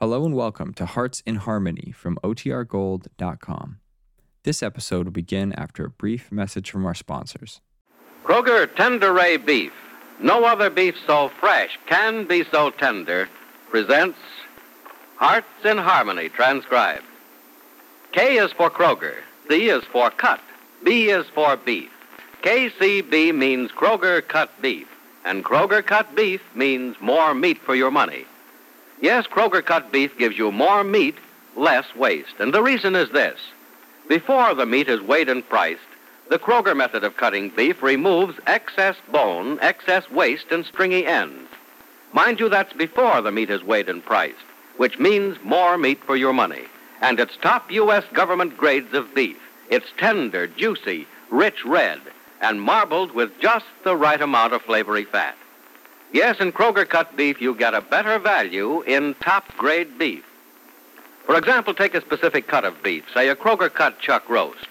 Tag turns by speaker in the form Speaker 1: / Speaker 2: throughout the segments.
Speaker 1: Hello and welcome to Hearts in Harmony from OTRGold.com. This episode will begin after a brief message from our sponsors.
Speaker 2: Kroger Tender Ray Beef. No other beef so fresh can be so tender. Presents Hearts in Harmony, transcribed. K is for Kroger. C is for cut. B is for beef. KCB means Kroger cut beef. And Kroger cut beef means more meat for your money. Yes, Kroger cut beef gives you more meat, less waste. And the reason is this. Before the meat is weighed and priced, the Kroger method of cutting beef removes excess bone, excess waste, and stringy ends. Mind you, that's before the meat is weighed and priced, which means more meat for your money. And it's top U.S. government grades of beef. It's tender, juicy, rich red, and marbled with just the right amount of flavory fat. Yes, in Kroger cut beef, you get a better value in top grade beef. For example, take a specific cut of beef, say a Kroger cut chuck roast.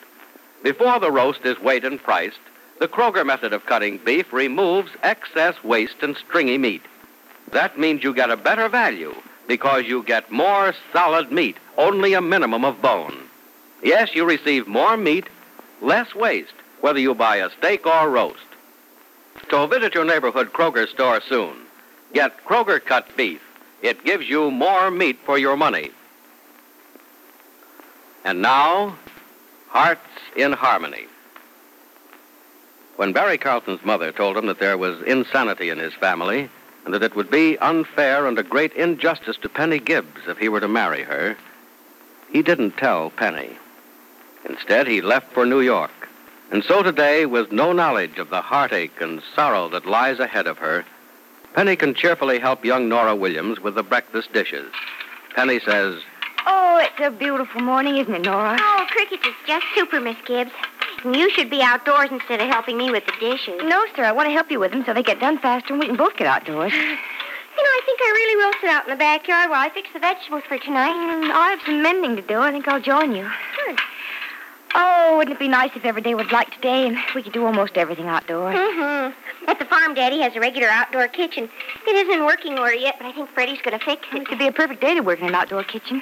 Speaker 2: Before the roast is weighed and priced, the Kroger method of cutting beef removes excess waste and stringy meat. That means you get a better value because you get more solid meat, only a minimum of bone. Yes, you receive more meat, less waste, whether you buy a steak or roast. So visit your neighborhood Kroger store soon. Get Kroger cut beef. It gives you more meat for your money. And now, Hearts in Harmony. When Barry Carlton's mother told him that there was insanity in his family and that it would be unfair and a great injustice to Penny Gibbs if he were to marry her, he didn't tell Penny. Instead, he left for New York. And so today, with no knowledge of the heartache and sorrow that lies ahead of her, Penny can cheerfully help young Nora Williams with the breakfast dishes. Penny says,
Speaker 3: Oh, it's a beautiful morning, isn't it, Nora?
Speaker 4: Oh, cricket is just super, Miss Gibbs. And you should be outdoors instead of helping me with the dishes. You know,
Speaker 3: No, sir. I want to help you with them so they get done faster and we can both get outdoors.
Speaker 4: I think I really will sit out in the backyard while I fix the vegetables for tonight.
Speaker 3: Mm, I have some mending to do. I think I'll join you.
Speaker 4: Good.
Speaker 3: Oh, wouldn't it be nice if every day was like today and we could do almost everything outdoors?
Speaker 4: Mm-hmm. At the farm, Daddy has a regular outdoor kitchen. It isn't working order yet, but I think Freddie's going to fix
Speaker 3: It
Speaker 4: it.
Speaker 3: could be a perfect day to work in an outdoor kitchen.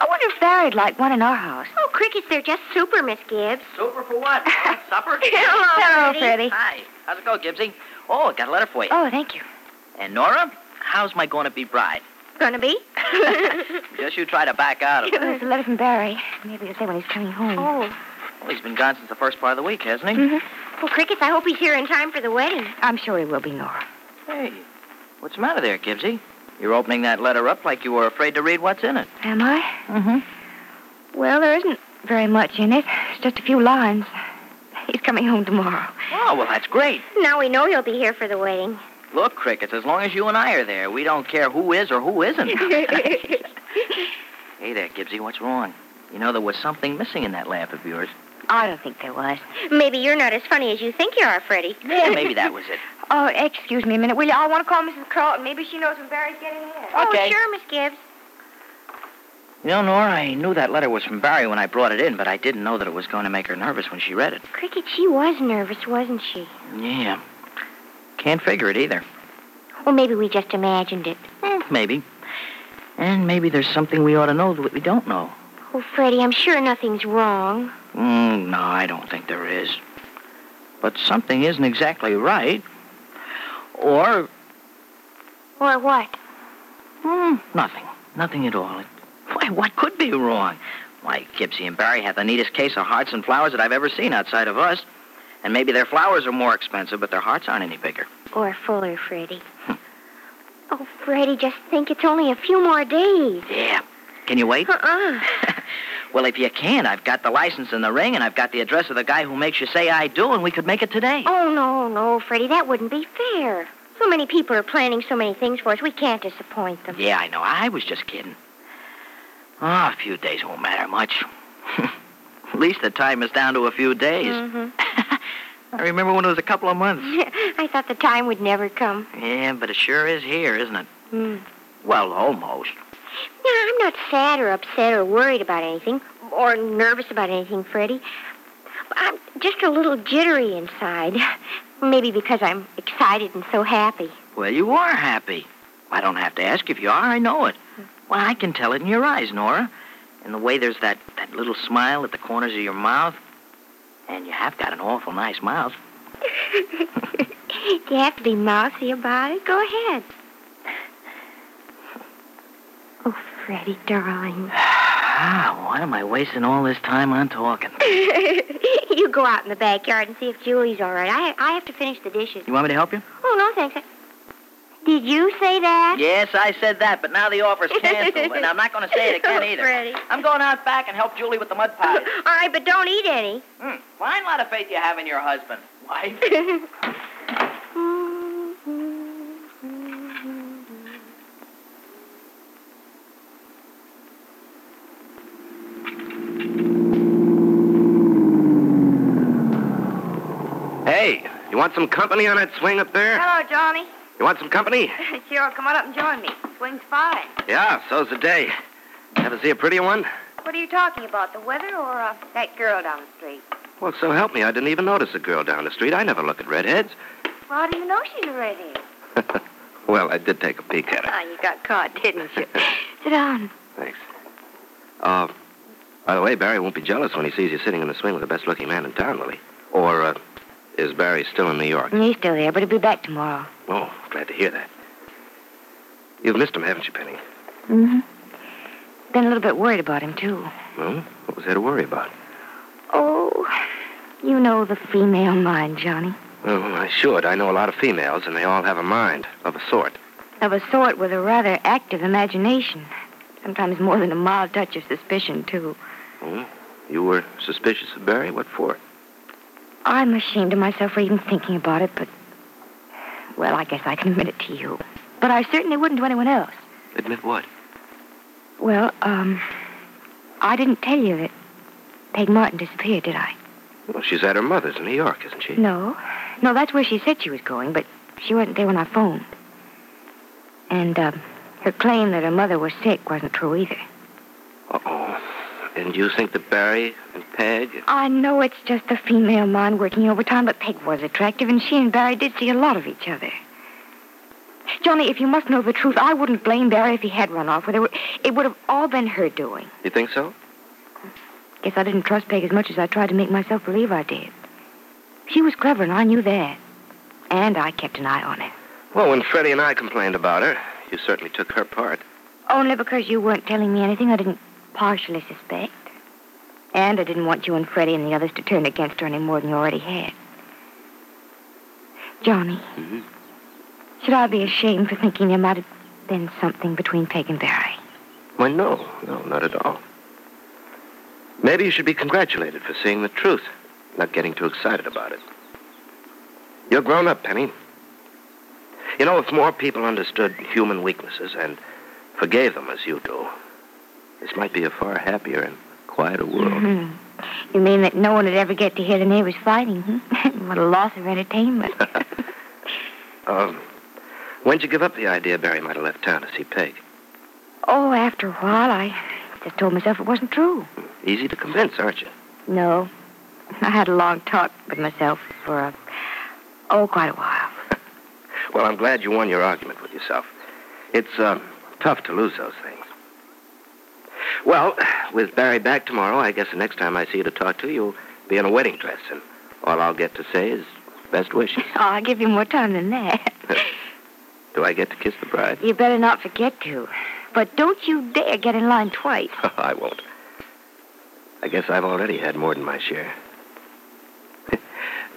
Speaker 3: I wonder if Barry'd like one in our house.
Speaker 4: Oh, crickets, they're just super, Miss Gibbs.
Speaker 5: Super for what? Nora? Supper?
Speaker 4: Hello,
Speaker 3: Hello,
Speaker 4: Freddie.
Speaker 3: Freddie.
Speaker 5: Hi. How's it go, Gibbsy? Oh, I got a letter for you.
Speaker 3: Oh, thank you.
Speaker 5: And Nora, how's my going to be bride?
Speaker 4: Gonna be?
Speaker 5: Just you try to back out of it.
Speaker 3: There's a letter from Barry. Maybe he'll say when he's coming home. Mm-hmm.
Speaker 4: oh.
Speaker 5: Well, he's been gone since the first part of the week, hasn't he?
Speaker 4: Well, crickets, I hope he's here in time for the wedding.
Speaker 3: I'm sure he will be, Nora.
Speaker 5: Hey, what's the matter there, Gibbsy? You're opening that letter up like you were afraid to read what's in it.
Speaker 3: Am I?
Speaker 5: Mm-hmm.
Speaker 3: Well, there isn't very much in it. It's just a few lines. He's coming home tomorrow.
Speaker 5: Oh, well, that's great.
Speaker 4: Now we know he'll be here for the wedding.
Speaker 5: Look, Crickets, as long as you and I are there, we don't care who is or who isn't. hey there, Gibbsy, what's wrong? You know, there was something missing in that laugh of yours.
Speaker 3: I don't think there was.
Speaker 4: Maybe you're not as funny as you think you are, Freddie.
Speaker 5: Yeah, maybe that was it.
Speaker 3: Oh, excuse me a minute, will you? I want to call Mrs. Carlton. Maybe she knows when Barry's getting in.
Speaker 4: Oh,
Speaker 5: Okay.
Speaker 4: sure, Miss Gibbs.
Speaker 5: You know, Nora, I knew that letter was from Barry when I brought it in, but I didn't know that it was going to make her nervous when she read it.
Speaker 4: Cricket, she was nervous, wasn't she?
Speaker 5: Yeah. Can't figure it either.
Speaker 4: Or maybe we just imagined it.
Speaker 5: Hmm, maybe. And maybe there's something we ought to know that we don't know.
Speaker 4: Oh, Freddie, I'm sure nothing's wrong.
Speaker 5: Mm, no, I don't think there is. But something isn't exactly right. Or,
Speaker 4: Or what?
Speaker 5: hmm, nothing. Nothing at all. It- Why, what could be wrong? Why, Gibbsy and Barry have the neatest case of hearts and flowers that I've ever seen outside of us. And maybe their flowers are more expensive, but their hearts aren't any bigger.
Speaker 4: Or fuller, Freddie. oh, Freddie, just think it's only a few more days.
Speaker 5: Yeah. Can you wait?
Speaker 4: Uh-uh.
Speaker 5: well, if you can, I've got the license and the ring, and I've got the address of the guy who makes you say I do, and we could make it today.
Speaker 4: Oh, no, no, Freddie, that wouldn't be fair. So many people are planning so many things for us. We can't disappoint them.
Speaker 5: Yeah, I know. I was just kidding. Ah, a few days won't matter much. At least the time is down to a few days.
Speaker 4: Mhm.
Speaker 5: I remember when it was a couple of months.
Speaker 4: I thought the time would never come.
Speaker 5: Yeah, but it sure is here, isn't it?
Speaker 4: Mm.
Speaker 5: Well, almost.
Speaker 4: No, I'm not sad or upset or worried about anything or nervous about anything, Freddie. I'm just a little jittery inside. Maybe because I'm excited and so happy.
Speaker 5: Well, you are happy. I don't have to ask if you are. I know it. Why, I can tell it in your eyes, Nora. And the way there's that, that little smile at the corners of your mouth. And you have got an awful nice mouth.
Speaker 3: Do you have to be mousy about it? Go ahead. Oh, Freddie, darling.
Speaker 5: Ah, what am I wasting all this time on talking?
Speaker 3: you go out in the backyard and see if Julie's all right. I, I have to finish the dishes.
Speaker 5: You want me to help you?
Speaker 3: Oh, no, thanks. Did you say that?
Speaker 5: Yes, I said that, but now the offer's canceled, and I'm not going to say it again
Speaker 3: Oh,
Speaker 5: either.
Speaker 3: Freddie.
Speaker 5: I'm going out back and help Julie with the mud pies.
Speaker 3: All right, but don't eat any.
Speaker 5: Hmm, fine lot of faith you have in your husband. Wife?
Speaker 2: Hey, you want some company on that swing up there?
Speaker 4: Hello, Johnny.
Speaker 2: You want some company?
Speaker 4: sure, come on up and join me. Swing's fine.
Speaker 2: Yeah, so's the day. Ever see a prettier one?
Speaker 4: What are you talking about, the weather or uh, that girl down the street?
Speaker 2: Well, so help me, I didn't even notice a girl down the street. I never look at redheads.
Speaker 4: Well, how do you know she's ready?
Speaker 2: well, I did take a peek at
Speaker 3: Ah,
Speaker 2: her.
Speaker 4: Oh, you got caught, didn't you?
Speaker 3: Sit down.
Speaker 2: Thanks. Uh, by the way, Barry won't be jealous when he sees you sitting in the swing with the best-looking man in town, will he? Or uh, is Barry still in New York?
Speaker 3: He's still there, but he'll be back tomorrow.
Speaker 2: Oh, glad to hear that. You've missed him, haven't you, Penny?
Speaker 3: Mm-hmm. Been a little bit worried about him, too.
Speaker 2: Well, what was there to worry about?
Speaker 3: Oh, you know the female mind, Johnny.
Speaker 2: Well, I should. I know a lot of females, and they all have a mind of a sort.
Speaker 3: Of a sort with a rather active imagination. Sometimes more than a mild touch of suspicion, too.
Speaker 2: You were suspicious of Barry? What for?
Speaker 3: I'm ashamed of myself for even thinking about it, but. Well, I guess I can admit it to you. But I certainly wouldn't to anyone else.
Speaker 2: Admit what?
Speaker 3: Well, um. I didn't tell you that Peg Martin disappeared, did I?
Speaker 2: Well, she's at her mother's in New York, isn't she?
Speaker 3: No. No, that's where she said she was going, but she wasn't there when I phoned. And, um, her claim that her mother was sick wasn't true either.
Speaker 2: Uh-oh. And you think that Barry and Peg...
Speaker 3: I know it's just the female mind working overtime, but Peg was attractive, and she and Barry did see a lot of each other. Johnny, if you must know the truth, I wouldn't blame Barry if he had run off with her. It would have all been her doing.
Speaker 2: You think so?
Speaker 3: Guess I didn't trust Peg as much as I tried to make myself believe I did. She was clever, and I knew that. And I kept an eye on her.
Speaker 2: Well, when Freddie and I complained about her, you certainly took her part.
Speaker 3: Only because you weren't telling me anything I didn't partially suspect. And I didn't want you and Freddie and the others to turn against her any more than you already had. Johnny,
Speaker 2: Mhm.
Speaker 3: should I be ashamed for thinking there might have been something between Peg and Barry?
Speaker 2: Why, no. No, not at all. Maybe you should be congratulated for seeing the truth, not getting too excited about it. You're grown up, Penny. You know, if more people understood human weaknesses and forgave them as you do, this might be a far happier and quieter world.
Speaker 3: Mhm. You mean that no one would ever get to hear the neighbors fighting? Hmm? what a loss of entertainment.
Speaker 2: Um, when'd you give up the idea Barry might have left town to see Peg?
Speaker 3: oh, after a while, I just told myself it wasn't true.
Speaker 2: Easy to convince, aren't you?
Speaker 3: No. I had a long talk with myself for, a, oh, quite a while.
Speaker 2: Well, I'm glad you won your argument with yourself. It's um, tough to lose those things. Well, with Barry back tomorrow, I guess the next time I see you to talk to, you'll be in a wedding dress, and all I'll get to say is best wishes.
Speaker 3: Oh, I'll give you more time than that.
Speaker 2: Do I get to kiss the bride?
Speaker 3: You better not forget to. But don't you dare get in line twice.
Speaker 2: I won't. I guess I've already had more than my share. I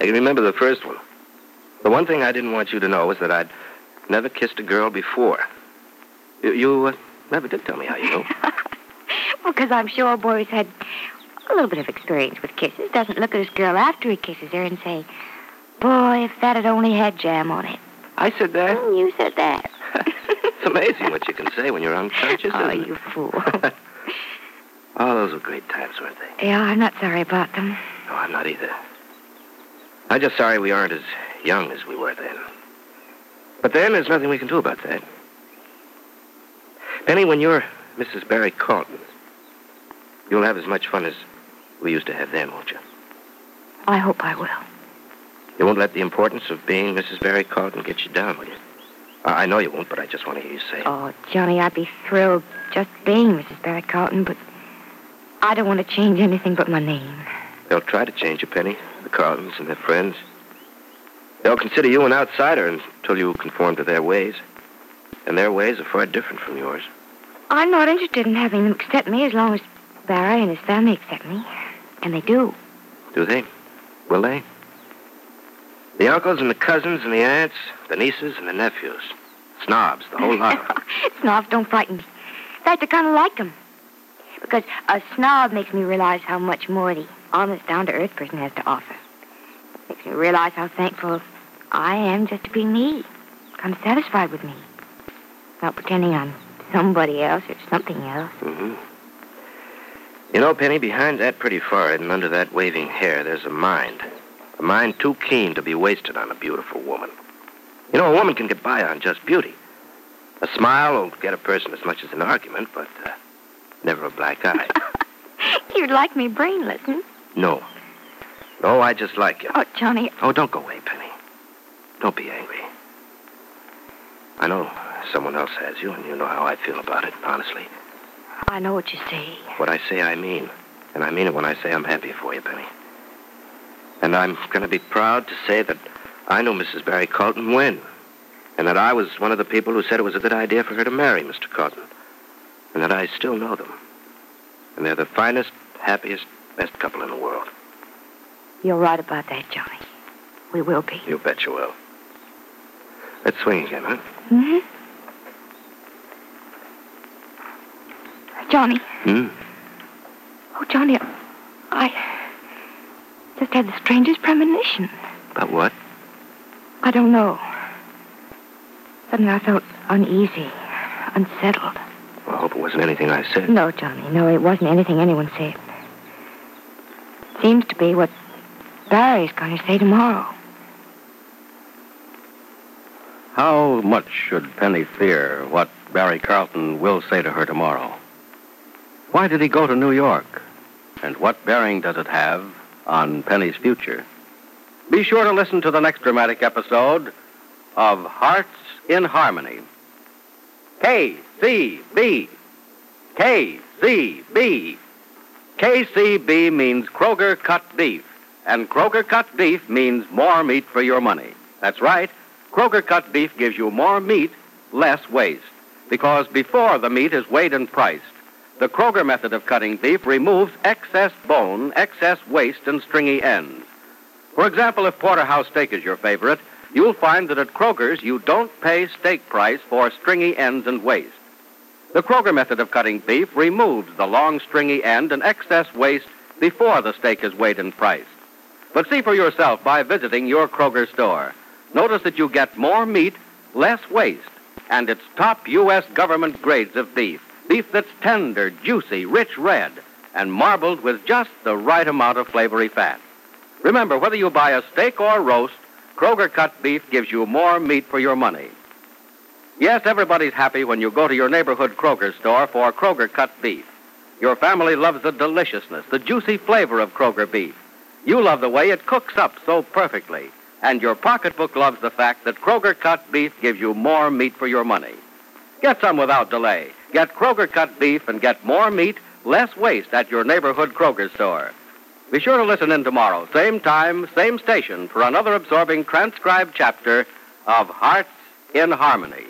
Speaker 2: can remember the first one. The one thing I didn't want you to know was that I'd never kissed a girl before. You, you uh, never did tell me how you knew.
Speaker 3: Because Oh, I'm sure Boris had a little bit of experience with kisses. Doesn't look at his girl after he kisses her and say, Boy, if that had only had jam on it.
Speaker 2: I said that.
Speaker 3: Oh, you said that.
Speaker 2: it's amazing what you can say when you're unconscious.
Speaker 3: oh,
Speaker 2: isn't it?
Speaker 3: you fool.
Speaker 2: oh, those were great times, weren't they?
Speaker 3: yeah, I'm not sorry about them.
Speaker 2: No, I'm not either. I'm just sorry we aren't as young as we were then. But then there's nothing we can do about that. Penny, when you're Mrs. Barry Carlton, you'll have as much fun as we used to have then, won't you?
Speaker 3: I hope I will.
Speaker 2: You won't let the importance of being Mrs. Barry Carlton get you down, will you?
Speaker 5: I I know you won't, but I just want to hear you say it.
Speaker 3: Oh, Johnny, I'd be thrilled just being Mrs. Barrett Carlton, but I don't want to change anything but my name.
Speaker 5: They'll try to change you, Penny. The Carltons and their friends. They'll consider you an outsider until you conform to their ways. And their ways are far different from yours.
Speaker 3: I'm not interested in having them accept me as long as Barry and his family accept me. And they do.
Speaker 5: Do they? Will they? The uncles and the cousins and the aunts, the nieces and the nephews. Snobs, the whole lot of them.
Speaker 3: Snobs don't frighten me. In fact, I kind of like them. Because a snob makes me realize how much more the honest, down to earth person has to offer. Makes me realize how thankful I am just to be me. Kind of satisfied with me. Not pretending I'm somebody else or something else.
Speaker 5: hmm You know, Penny, behind that pretty forehead and under that waving hair, there's a mind. A mind too keen to be wasted on a beautiful woman. You know, a woman can get by on just beauty. A smile will get a person as much as an argument, but uh, never a black eye.
Speaker 3: You'd like me brainless, hmm?
Speaker 5: No. No, I just like you.
Speaker 3: Oh, Johnny,
Speaker 5: Oh, don't go away, Penny. Don't be angry. I know someone else has you, and you know how I feel about it, honestly.
Speaker 3: I know what you say.
Speaker 5: What I say, I mean. And I mean it when I say I'm happy for you, Penny. And I'm going to be proud to say that I knew Mrs. Barry Carlton when. And that I was one of the people who said it was a good idea for her to marry Mr. Carlton. And that I still know them. And they're the finest, happiest, best couple in the world.
Speaker 3: You're right about that, Johnny. We will be.
Speaker 5: You bet you will. Let's swing again, huh?
Speaker 3: hmm Johnny.
Speaker 5: Hmm?
Speaker 3: Oh, Johnny, I just had the strangest premonition.
Speaker 5: About what?
Speaker 3: I don't know. Suddenly I felt uneasy, unsettled.
Speaker 5: Well, I hope it wasn't anything I said.
Speaker 3: No, Johnny, no, it wasn't anything anyone said. Seems to be what Barry's going to say tomorrow.
Speaker 6: How much should Penny fear what Barry Carlton will say to her tomorrow? Why did he go to New York? And what bearing does it have on Penny's future? Be sure to listen to the next dramatic episode of Hearts in Harmony. KCB. KCB.
Speaker 2: KCB means Kroger cut beef, and Kroger cut beef means more meat for your money. That's right. Kroger cut beef gives you more meat, less waste, because before the meat is weighed and priced. The Kroger method of cutting beef removes excess bone, excess waste, and stringy ends. For example, if porterhouse steak is your favorite, you'll find that at Kroger's you don't pay steak price for stringy ends and waste. The Kroger method of cutting beef removes the long stringy end and excess waste before the steak is weighed and priced. But see for yourself by visiting your Kroger store. Notice that you get more meat, less waste, and it's top U.S. government grades of beef. Beef that's tender, juicy, rich red, and marbled with just the right amount of flavory fat. Remember, whether you buy a steak or roast, Kroger cut beef gives you more meat for your money. Yes, everybody's happy when you go to your neighborhood Kroger store for Kroger cut beef. Your family loves the deliciousness, the juicy flavor of Kroger beef. You love the way it cooks up so perfectly. And your pocketbook loves the fact that Kroger cut beef gives you more meat for your money. Get some without delay. Get Kroger cut beef and get more meat, less waste at your neighborhood Kroger store. Be sure to listen in tomorrow, same time, same station, for another absorbing transcribed chapter of Hearts in Harmony.